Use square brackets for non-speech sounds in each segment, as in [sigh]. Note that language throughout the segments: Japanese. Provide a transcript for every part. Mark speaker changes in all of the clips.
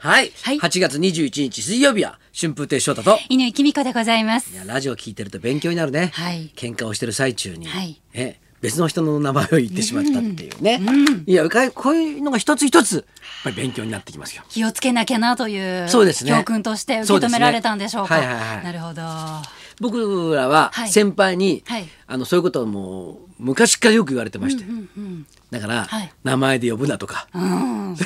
Speaker 1: はい、
Speaker 2: はい
Speaker 1: 8月21日水曜日は春風亭昇太と
Speaker 2: 犬井美子でございま
Speaker 1: い
Speaker 2: す。
Speaker 1: やラジオ聞いてると勉強になるね、
Speaker 2: はい
Speaker 1: 喧嘩をしてる最中に、
Speaker 2: はい
Speaker 1: え別の人の名前を言ってしまったっていうね、いやかいこういうのが一つ一つやっぱり勉強になってきますよ。
Speaker 2: 気をつけなきゃなという
Speaker 1: そうですね
Speaker 2: 教訓として受け止められたんでしょうか。
Speaker 1: そうですねはいはいはい
Speaker 2: なるほど。
Speaker 1: 僕らは
Speaker 2: はい
Speaker 1: 先輩に、
Speaker 2: はい
Speaker 1: あのそういうことをもう昔からよく言われてまして、
Speaker 2: うんうん
Speaker 1: だから、
Speaker 2: はい
Speaker 1: 名前で呼ぶなとか、 [laughs]
Speaker 2: うん。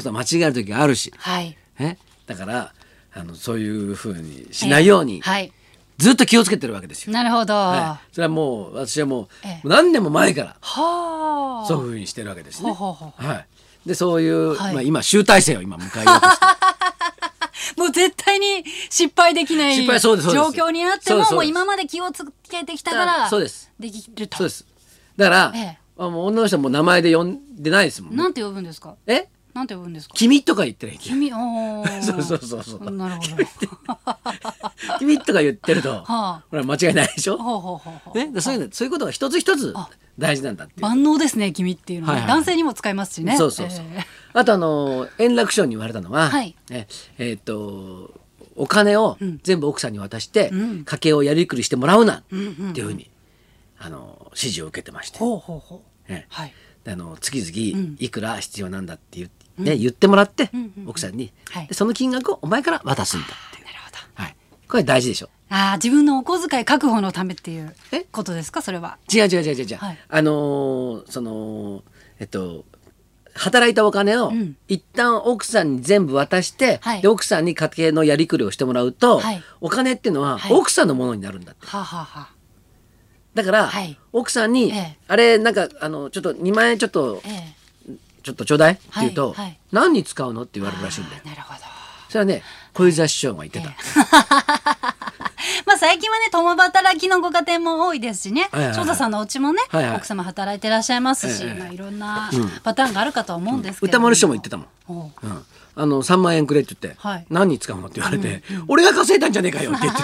Speaker 1: そんな間違える時があるし、
Speaker 2: はい。
Speaker 1: ね、だからあのそういうふうにしないように、
Speaker 2: はい。
Speaker 1: ずっと気をつけてるわけですよ。
Speaker 2: なるほど。
Speaker 1: は、
Speaker 2: はい
Speaker 1: それはもう私はもう
Speaker 2: ええ
Speaker 1: 何年も前から
Speaker 2: あ。
Speaker 1: そういうふうにしてるわけですね。
Speaker 2: ほうほうほ
Speaker 1: はい、でそういう、
Speaker 2: はい
Speaker 1: まあ、今集大成を今迎えようとして
Speaker 2: もう絶対に失敗できない
Speaker 1: 失敗そうですそうです
Speaker 2: 状況になって
Speaker 1: そうで
Speaker 2: も
Speaker 1: すそうです
Speaker 2: もう今まで気をつけてきたか
Speaker 1: だから
Speaker 2: ら
Speaker 1: そうです
Speaker 2: できる [laughs] と
Speaker 1: そうですだから、
Speaker 2: ええ
Speaker 1: あもう女の人はもう名前で呼んでないですもんね。
Speaker 2: なんて呼ぶんですか
Speaker 1: え
Speaker 2: なんて呼ぶんですか
Speaker 1: 君とか言ってないけ
Speaker 2: 君おー
Speaker 1: そうそうそうそう
Speaker 2: なるほど
Speaker 1: 君とか言ってると、
Speaker 2: [laughs] はあ
Speaker 1: ほら間違いないでしょ。
Speaker 2: ほうほうほうほう
Speaker 1: ね、でそういうのそういうことが一つ一つ
Speaker 2: あ
Speaker 1: 大事なんだっていう。
Speaker 2: 万能ですね君っていうのは、
Speaker 1: はいはい
Speaker 2: 男性にも使えますしね
Speaker 1: そうそうそう。
Speaker 2: えー
Speaker 1: あとあの円楽師匠に言われたのは、
Speaker 2: はい
Speaker 1: ねえーっとお金を全部奥さんに渡して、
Speaker 2: うん
Speaker 1: 家計をやりくりしてもらうなって
Speaker 2: うんうんうん
Speaker 1: いうふうに、あの指示を受けてまして、
Speaker 2: ほうほうほう
Speaker 1: ね
Speaker 2: はい
Speaker 1: であの月々
Speaker 2: ん
Speaker 1: いくら必要なんだって言,、ね、言ってもらって、
Speaker 2: んうんうん
Speaker 1: 奥さんに、
Speaker 2: はい
Speaker 1: でその金額をお前から渡すんだっていう
Speaker 2: なるほど
Speaker 1: はい、これ大事でしょ。
Speaker 2: ああ自分のお小遣い確保のためっていう
Speaker 1: え
Speaker 2: ことですかそれは
Speaker 1: 違う違う違う違う違う、
Speaker 2: はい
Speaker 1: あのーそのえっと働いたお金を
Speaker 2: うん
Speaker 1: 一旦奥さんに全部渡して、
Speaker 2: はい
Speaker 1: で奥さんに家計のやりくりをしてもらうと、
Speaker 2: はい
Speaker 1: お金っていうのは
Speaker 2: はい
Speaker 1: 奥さんのものになるんだって、
Speaker 2: はあ、はあは
Speaker 1: だから、
Speaker 2: はい
Speaker 1: 奥さんに、
Speaker 2: ええ
Speaker 1: あれなんかあのちょっと2万円ちょっと
Speaker 2: あ、ええ
Speaker 1: ちょっとちょうだいって言うと、
Speaker 2: はいはい
Speaker 1: 何に使うのって言われるらしいんだよ
Speaker 2: あーなるほど
Speaker 1: それはね小遊三師匠が言ってた、
Speaker 2: まあ最近はね共働きのご家庭も多いですしね
Speaker 1: はいはいはい
Speaker 2: 翔太さんのお家もね、
Speaker 1: はいはい
Speaker 2: 奥様働いてらっしゃいますし、
Speaker 1: ええ
Speaker 2: まあ、いろんなパターンがあるかとは思うんですけれど
Speaker 1: 歌
Speaker 2: も、
Speaker 1: 丸師匠も言ってたもん
Speaker 2: おう
Speaker 1: うん、あの3万円くれって言って、
Speaker 2: はい
Speaker 1: 何に使うのって言われて、俺が稼いだんじゃねえかよって言
Speaker 2: [laughs]
Speaker 1: って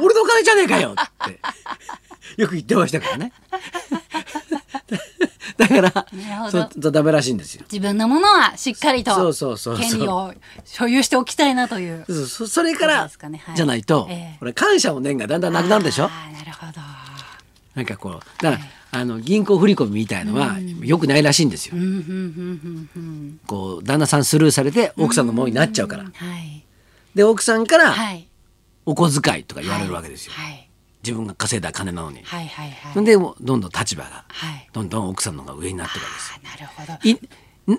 Speaker 1: 俺のお金じゃねえかよってよく言ってましたから
Speaker 2: [laughs]
Speaker 1: ねだから
Speaker 2: なるほ
Speaker 1: そ
Speaker 2: ど
Speaker 1: うそうダメらしいんですよ
Speaker 2: 自分のものはしっかりと
Speaker 1: そうそうそうそう
Speaker 2: 権利を所有しておきたいなという
Speaker 1: そうそそれか
Speaker 2: そう
Speaker 1: ら
Speaker 2: ですかねはい
Speaker 1: じゃないと、
Speaker 2: ええ
Speaker 1: これ感謝の念がだんだんなくなるでしょ
Speaker 2: あーなるほど
Speaker 1: なんかこうだから、あの銀行振り込みみたいのはよくないらしいんですよ、
Speaker 2: うんうんうんうんうん
Speaker 1: こう旦那さんスルーされて奥さんのものになっちゃうから、
Speaker 2: はい
Speaker 1: で奥さんから
Speaker 2: はい
Speaker 1: お小遣いとか言われるわけですよ、
Speaker 2: はい
Speaker 1: 自分が稼いだ金なのに、
Speaker 2: はいはいはい
Speaker 1: それでもうどんどん立場が
Speaker 2: はい
Speaker 1: どんどん奥さんの方が上になってるわ
Speaker 2: あーなるほど
Speaker 1: けですいん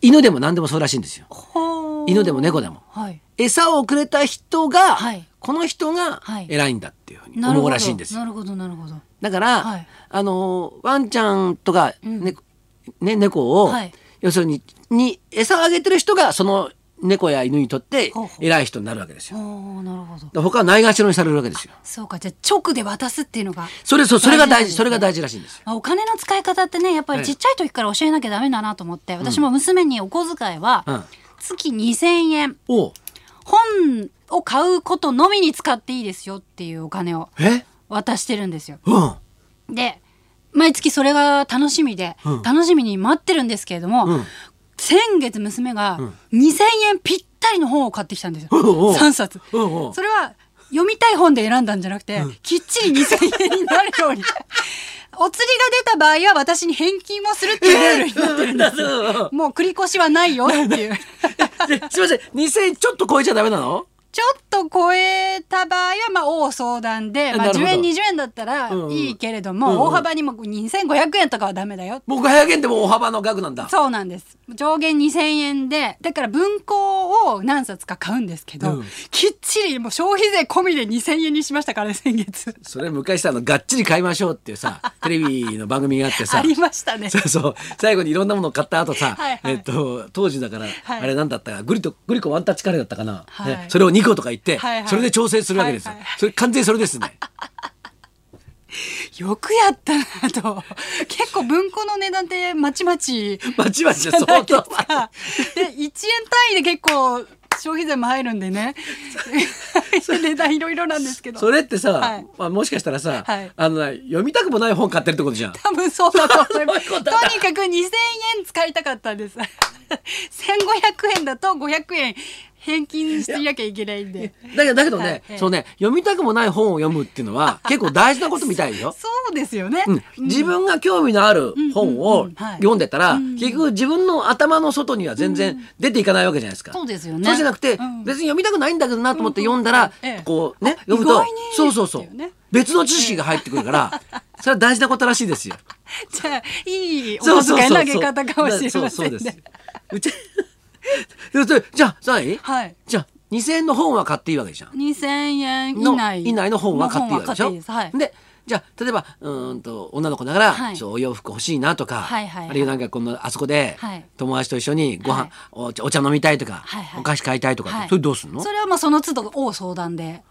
Speaker 1: 犬でも何でもそうらしいんですよ
Speaker 2: ほー
Speaker 1: 犬でも猫でも
Speaker 2: はい
Speaker 1: 餌をくれた人が、
Speaker 2: はい
Speaker 1: この人が
Speaker 2: はい
Speaker 1: 偉いんだっていうふうに
Speaker 2: なる
Speaker 1: 思
Speaker 2: ほ
Speaker 1: う
Speaker 2: ど
Speaker 1: らしいんですよ
Speaker 2: なるほどなるほど
Speaker 1: だから、
Speaker 2: はい
Speaker 1: あのワンちゃんとか、ねね、猫を、
Speaker 2: はい
Speaker 1: 要するにに餌をあげてる人がその猫や犬にとって
Speaker 2: ほうほう
Speaker 1: 偉い人になるわけですよ
Speaker 2: おーなるほど
Speaker 1: だから他はないがしろにされるわけですよ
Speaker 2: そうかじゃあ直で渡すっていうのが
Speaker 1: それそうそれが大事
Speaker 2: 大事なんですね
Speaker 1: それが大事らしいんですよ
Speaker 2: あお金の使い方ってねやっぱ
Speaker 1: ええ
Speaker 2: りちっちゃい時から教えなきゃダメだなと思って、私も娘にお小遣いは
Speaker 1: うん
Speaker 2: 月2,000円
Speaker 1: おう
Speaker 2: 本を買うことのみに使っていいですよっていうお金を
Speaker 1: え
Speaker 2: 渡してるんですよ。
Speaker 1: うん
Speaker 2: で毎月それが楽しみで、
Speaker 1: うん
Speaker 2: 楽しみに待ってるんですけれども、
Speaker 1: うん
Speaker 2: 先月娘が
Speaker 1: うん
Speaker 2: 2,000円ぴったりの本を買ってきたんですよ、
Speaker 1: [laughs] おうおう
Speaker 2: 3冊。
Speaker 1: うんうん
Speaker 2: それは読みたい本で選んだんじゃなくて、きっちり2,000円になるように [laughs] お釣りが出た場合は私に返金をするっていうルール [laughs] になってるん
Speaker 1: [laughs]
Speaker 2: ですよ、もう繰り越しはないよっていう
Speaker 1: ですいません2000円ちょっと超えちゃダメなの
Speaker 2: ちょっと超えた場合はまあ大相談で、ま
Speaker 1: な
Speaker 2: あ、
Speaker 1: る
Speaker 2: 10
Speaker 1: ほど
Speaker 2: 円20円だったら
Speaker 1: うんうん
Speaker 2: いいけれど
Speaker 1: うんうん
Speaker 2: も大幅にも2,500円とかはダメだよ
Speaker 1: もう500円でも大幅の額なんだ
Speaker 2: そうなんです上限2,000円でだから文庫を何冊か買うんですけど、
Speaker 1: うん
Speaker 2: きっちりもう消費税込みで2,000円にしましたからね先月
Speaker 1: それ昔さあのがっちり買いましょうっていう
Speaker 2: [laughs]
Speaker 1: さテレビの番組があってさ
Speaker 2: ありましたね
Speaker 1: そうそう最後にいろんなものを買った後さ
Speaker 2: はいはい
Speaker 1: えっと当時だから、
Speaker 2: はい
Speaker 1: あれなんだったかグリとグリコワンタッチカレーだったかな、
Speaker 2: はい
Speaker 1: ねそれを2個とか言って、
Speaker 2: はいはい
Speaker 1: それで調整するわけですよ、
Speaker 2: はいはい
Speaker 1: それ完全にそれですね
Speaker 2: よくやったなと結構文庫の値段ってまちまち
Speaker 1: [laughs] まちまち
Speaker 2: じ
Speaker 1: [laughs] で
Speaker 2: ゃな
Speaker 1: 相
Speaker 2: いです
Speaker 1: 当 [laughs]
Speaker 2: かで1円単位で結構消費税も入るんでね [laughs] 値段いろいろなんですけど
Speaker 1: それってさ、
Speaker 2: はい
Speaker 1: まあ、もしかしたらさ、
Speaker 2: はい
Speaker 1: あの読みたくもない本買ってるってことじゃん。
Speaker 2: 多分そうだと思います
Speaker 1: そうい
Speaker 2: と
Speaker 1: うこ
Speaker 2: に
Speaker 1: とだ
Speaker 2: かく2000円使いたかったんです [laughs] 1500円だと500円返金していなきゃいけないんで
Speaker 1: だけどだけどね、
Speaker 2: はい
Speaker 1: そうね読みたくもない本を読むっていうのは結構大事なことみたいよ。
Speaker 2: そうですよね、
Speaker 1: うん、自分が興味のある本
Speaker 2: うんうん
Speaker 1: を
Speaker 2: うんはい
Speaker 1: 読んでたら、
Speaker 2: うん
Speaker 1: 結局自分の頭の外には全然出ていかないわけじゃないですか。
Speaker 2: そうですよね
Speaker 1: そうじゃなくて、
Speaker 2: うん
Speaker 1: 別に読みたくないんだけどなと思って読んだら、
Speaker 2: うんうんええ
Speaker 1: こうね
Speaker 2: あ
Speaker 1: 読むと
Speaker 2: 意外に
Speaker 1: そうそうそう、
Speaker 2: っていうね
Speaker 1: 別の知識が入ってくる
Speaker 2: [laughs]
Speaker 1: から、それは大事なことらしいですよ。
Speaker 2: じゃあいいお
Speaker 1: そう
Speaker 2: 小
Speaker 1: そう
Speaker 2: 遣い
Speaker 1: そ
Speaker 2: の
Speaker 1: う
Speaker 2: 上げ方かもしれ
Speaker 1: そう
Speaker 2: ませ
Speaker 1: んそうそうです
Speaker 2: ね。
Speaker 1: うち [laughs] でそれじゃあさ何
Speaker 2: はい
Speaker 1: じゃあ2000円の本は買っていいわけじゃん。
Speaker 2: 2000円以
Speaker 1: の
Speaker 2: 内
Speaker 1: 以内の本は買っていいわけ
Speaker 2: の
Speaker 1: でしょ
Speaker 2: 本は買っていいですはい
Speaker 1: でじゃあ例えばうーんと女の子ながら、
Speaker 2: はい
Speaker 1: ちょっとお洋服欲しいなとか、
Speaker 2: はいはいはい
Speaker 1: あるいはなんかこのあそこで、
Speaker 2: はい
Speaker 1: 友達と一緒にご飯、
Speaker 2: はい
Speaker 1: お茶お茶飲みたいとか、
Speaker 2: はいはい
Speaker 1: お菓子買いたいとか、
Speaker 2: はい
Speaker 1: それどうすんの
Speaker 2: それはまあその都度大相談で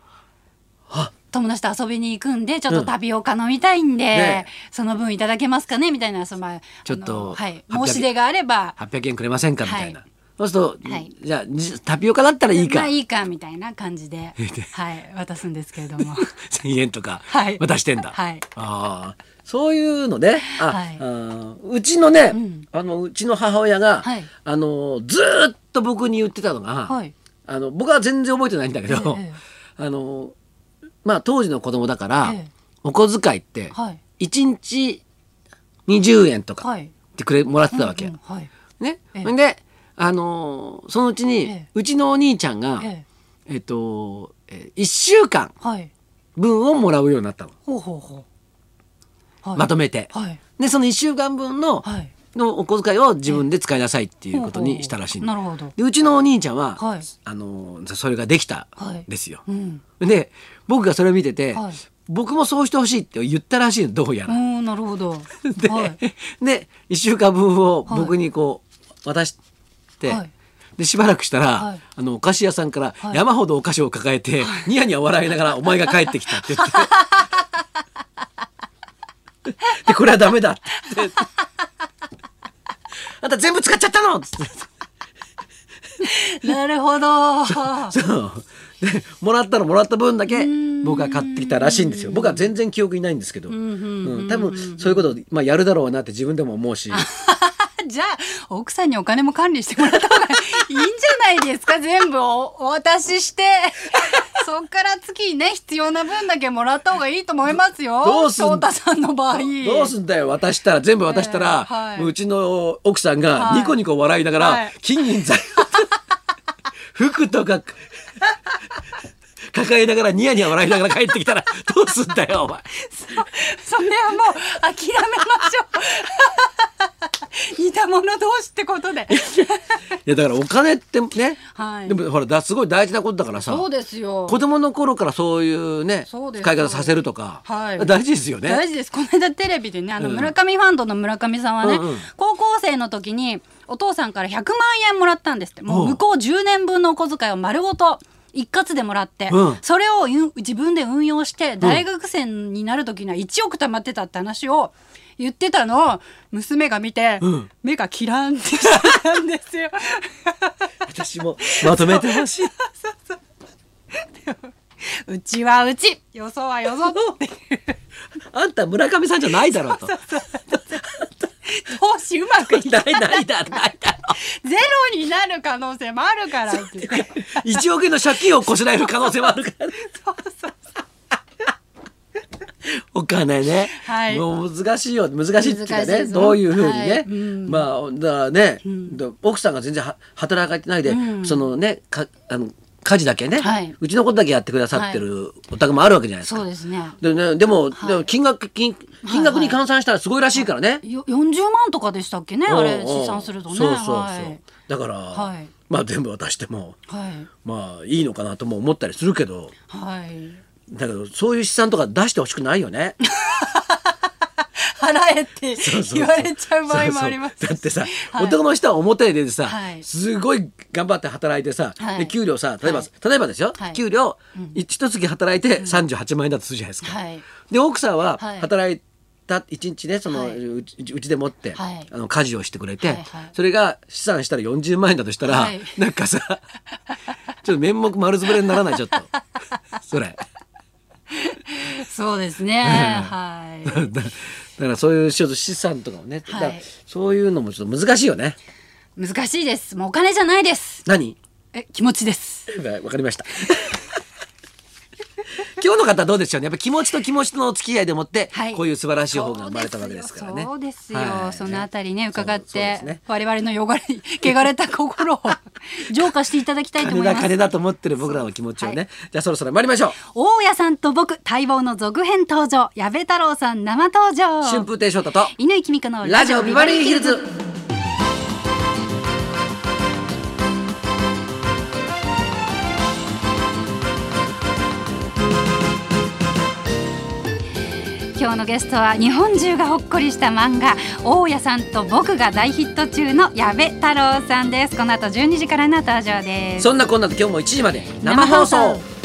Speaker 1: あ
Speaker 2: 友達と遊びに行くんでちょっ
Speaker 1: う
Speaker 2: と
Speaker 1: ん
Speaker 2: タピオカ飲みたいんで、
Speaker 1: ね
Speaker 2: その分いただけますかねみたいなそのまあ
Speaker 1: ちょっと
Speaker 2: あのはい、
Speaker 1: 800
Speaker 2: 申し出があれば
Speaker 1: 800円くれませんかみたいな、
Speaker 2: は
Speaker 1: そうすると、
Speaker 2: はい
Speaker 1: じゃあじタピオカだったらいい
Speaker 2: ま
Speaker 1: か、
Speaker 2: あいいかみたいな感じで、はい、渡すんですけれ
Speaker 1: [laughs]
Speaker 2: ども
Speaker 1: 1,000円とか
Speaker 2: はい
Speaker 1: 渡してんだ、
Speaker 2: はい
Speaker 1: ああそういうのねあ、
Speaker 2: はい
Speaker 1: あーうちのね、
Speaker 2: ん
Speaker 1: あのうちの母親が、
Speaker 2: はい
Speaker 1: あのずーっと僕に言ってたのが、
Speaker 2: はい
Speaker 1: あの僕は全然覚えてないんだけど、
Speaker 2: ええ
Speaker 1: [laughs] あのまあ当時の子供だから、
Speaker 2: ええ
Speaker 1: お小遣いって
Speaker 2: はい
Speaker 1: 1日20円とか
Speaker 2: は
Speaker 1: っ
Speaker 2: い
Speaker 1: てくれもらってたわけ。
Speaker 2: うんうんはい
Speaker 1: ね、
Speaker 2: ええ
Speaker 1: ほんで、あのーそのうちに、
Speaker 2: ええ
Speaker 1: うちのお兄ちゃんが、え
Speaker 2: ええ
Speaker 1: っと、え1週間
Speaker 2: はい
Speaker 1: 分をもらうようになったの、
Speaker 2: ほうほうほうはい
Speaker 1: まとめて、
Speaker 2: はい
Speaker 1: でその1週間分の,、
Speaker 2: はい
Speaker 1: のお小遣いを自分で使いなさいっていうことにしたらしいの
Speaker 2: ほうほうほうなるほど
Speaker 1: でうちのお兄ちゃんは、
Speaker 2: はい
Speaker 1: あのーそれができた
Speaker 2: はい
Speaker 1: ですよ、
Speaker 2: うん
Speaker 1: で僕がそれを見てて、
Speaker 2: はい
Speaker 1: 僕もそうしてほしいって言ったらしいのどうや
Speaker 2: う
Speaker 1: ら。
Speaker 2: んなるほど
Speaker 1: [laughs] で,、
Speaker 2: はい
Speaker 1: で1週間分を僕にこう渡して、
Speaker 2: はい
Speaker 1: でしばらくしたら、
Speaker 2: はい
Speaker 1: あのお菓子屋さんから
Speaker 2: はい
Speaker 1: 山ほどお菓子を抱えて、ニヤニヤ笑いながら「お前が帰ってきた」って言って「 [laughs] でこれはダメだ」って言って [laughs] 「あんた全部使っちゃったの!」っつって
Speaker 2: [laughs] なるほど
Speaker 1: そうでもらったらもらった分だけ僕が買ってきたらしいんですよ僕は全然記憶にないんですけど、うん、多分そういうこと、まあ、やるだろうなって自分でも思うし。
Speaker 2: じゃあ奥さんにお金も管理してもらった方がいいんじゃないですか全部おお渡
Speaker 1: [laughs]
Speaker 2: ししてそっから月にね必要な分だけもらった方がいいと思いますよ
Speaker 1: どうすん
Speaker 2: 翔太さんの場合
Speaker 1: どうすんだよ渡したら全部渡したら、
Speaker 2: ええはいう
Speaker 1: ちの奥さんが
Speaker 2: はい
Speaker 1: ニコニコ笑いながら、
Speaker 2: はい
Speaker 1: 金銀財宝服とか抱えながらニヤニヤ笑いながら帰ってきたらどうすんだよお前
Speaker 2: それはもう諦めましょう [laughs] 似た者同士ってことで
Speaker 1: いやだからお金ってね、
Speaker 2: はい
Speaker 1: でもほらだすごい大事なことだからさ
Speaker 2: そうですよ
Speaker 1: 子供の頃からそういうね
Speaker 2: そうです
Speaker 1: 使い方させるとか、
Speaker 2: はい
Speaker 1: 大事ですよね。
Speaker 2: 大事ですこの間テレビでねあの
Speaker 1: うん
Speaker 2: 村上ファンドの村上さんはね、
Speaker 1: うんうん
Speaker 2: 高校生の時にお父さんから100万円もらったんですっても
Speaker 1: お
Speaker 2: う
Speaker 1: う
Speaker 2: 向こう10年分のお小遣いを丸ごと一括でもらって、
Speaker 1: うん
Speaker 2: それをうん自分で運用して大学生になる時には1億貯まってたって話を言ってたのを娘が見て、
Speaker 1: うん
Speaker 2: 目がキランってしてたんですよ。 [laughs]
Speaker 1: 私もまとめてほしい。
Speaker 2: うちはうちよそはよそっていう
Speaker 1: あんた村上さんじゃないだろ
Speaker 2: [laughs]
Speaker 1: うと。
Speaker 2: 投資うまく
Speaker 1: [laughs]
Speaker 2: い
Speaker 1: ないないだないだろう。
Speaker 2: ゼロになる可能性もあるからって言って。 [laughs]
Speaker 1: 1億円の借金をこしらえる可能性もあるから、
Speaker 2: そうそう
Speaker 1: [laughs] お金ね、
Speaker 2: はい
Speaker 1: もう難しいよ難しいっていうか
Speaker 2: 難しい
Speaker 1: ね
Speaker 2: です
Speaker 1: どういうふうにね、
Speaker 2: はいうん
Speaker 1: まあだからね、だ奥さんが全然は働かないで、
Speaker 2: うん
Speaker 1: そのねかあの家事だけね、
Speaker 2: はいう
Speaker 1: ちのことだけやってくださってるお宅もあるわけじゃないですか。
Speaker 2: そうですね。
Speaker 1: でね、でも、
Speaker 2: はい
Speaker 1: でも金額金金額に換算したらすごいらしいからね。
Speaker 2: よ40万とかでしたっけねあ
Speaker 1: う
Speaker 2: れ
Speaker 1: んうん
Speaker 2: 試算するとね
Speaker 1: そうそうそう、
Speaker 2: はい、
Speaker 1: だから、
Speaker 2: はい
Speaker 1: まあ全部渡しても
Speaker 2: はい
Speaker 1: まあいいのかなとも思ったりするけど。
Speaker 2: はい
Speaker 1: だけどそういう資産とか出してほしくないよね。
Speaker 2: 払えって
Speaker 1: そうそう
Speaker 2: [laughs] 言われちゃう場合もあります
Speaker 1: そうそうだってさ、
Speaker 2: はい
Speaker 1: 男の人は表でさ、
Speaker 2: はい
Speaker 1: すごい頑張って働いてさ、
Speaker 2: はい
Speaker 1: で給料さ例えば、
Speaker 2: はい
Speaker 1: 例えばですよ、
Speaker 2: はい
Speaker 1: 給料一月働いて三十八万円だとするじゃないですか。
Speaker 2: はい
Speaker 1: で奥さんは
Speaker 2: はい
Speaker 1: 働いた一日ねその、
Speaker 2: はいう
Speaker 1: ちうちでもって、
Speaker 2: はい
Speaker 1: あの家事をしてくれて、
Speaker 2: はいはい
Speaker 1: それが資産したら40万円だとしたら、
Speaker 2: [laughs] はい
Speaker 1: なんかさちょっと面目丸つぶれにならないちょっとそれ。
Speaker 2: そうですね。はい。
Speaker 1: だだからそういう仕事資産とかもね、
Speaker 2: はい
Speaker 1: だからそういうのもちょっと難しいよね。
Speaker 2: 難しいです。もうお金じゃないです。
Speaker 1: 何
Speaker 2: え、気持ちです。
Speaker 1: わわかり
Speaker 2: [laughs]
Speaker 1: ました。今日の方どうでしょうね。やっぱ気持ちと気持ちとのお付き合いでもって、
Speaker 2: はい
Speaker 1: こういう素晴らしい方が生まれたわけですからね。
Speaker 2: そうですよ。
Speaker 1: はい
Speaker 2: そのあたりね、伺っ
Speaker 1: そうそうで
Speaker 2: て、
Speaker 1: すね
Speaker 2: 我々の汚れ、汚れた
Speaker 1: [laughs]
Speaker 2: 心を浄化していただきたいと
Speaker 1: 金
Speaker 2: 思い
Speaker 1: だ
Speaker 2: ます。
Speaker 1: 金だと思ってる僕らの気持ちをね、
Speaker 2: は
Speaker 1: じゃあそろそろ参りましょう
Speaker 2: 大家さんと僕、待望の続編登場。矢部太郎さん生登場。
Speaker 1: 春風亭昇太と
Speaker 2: 犬井君香の
Speaker 1: ラジオビバリーヒルズ。
Speaker 2: 今日のゲストは日本中がほっこりした漫画大家さんと僕が大ヒット中の矢部太郎さんですこの後12時からの登場です
Speaker 1: そんなこんなで今日も1時まで生
Speaker 2: 生
Speaker 1: 放
Speaker 2: 放送
Speaker 1: 送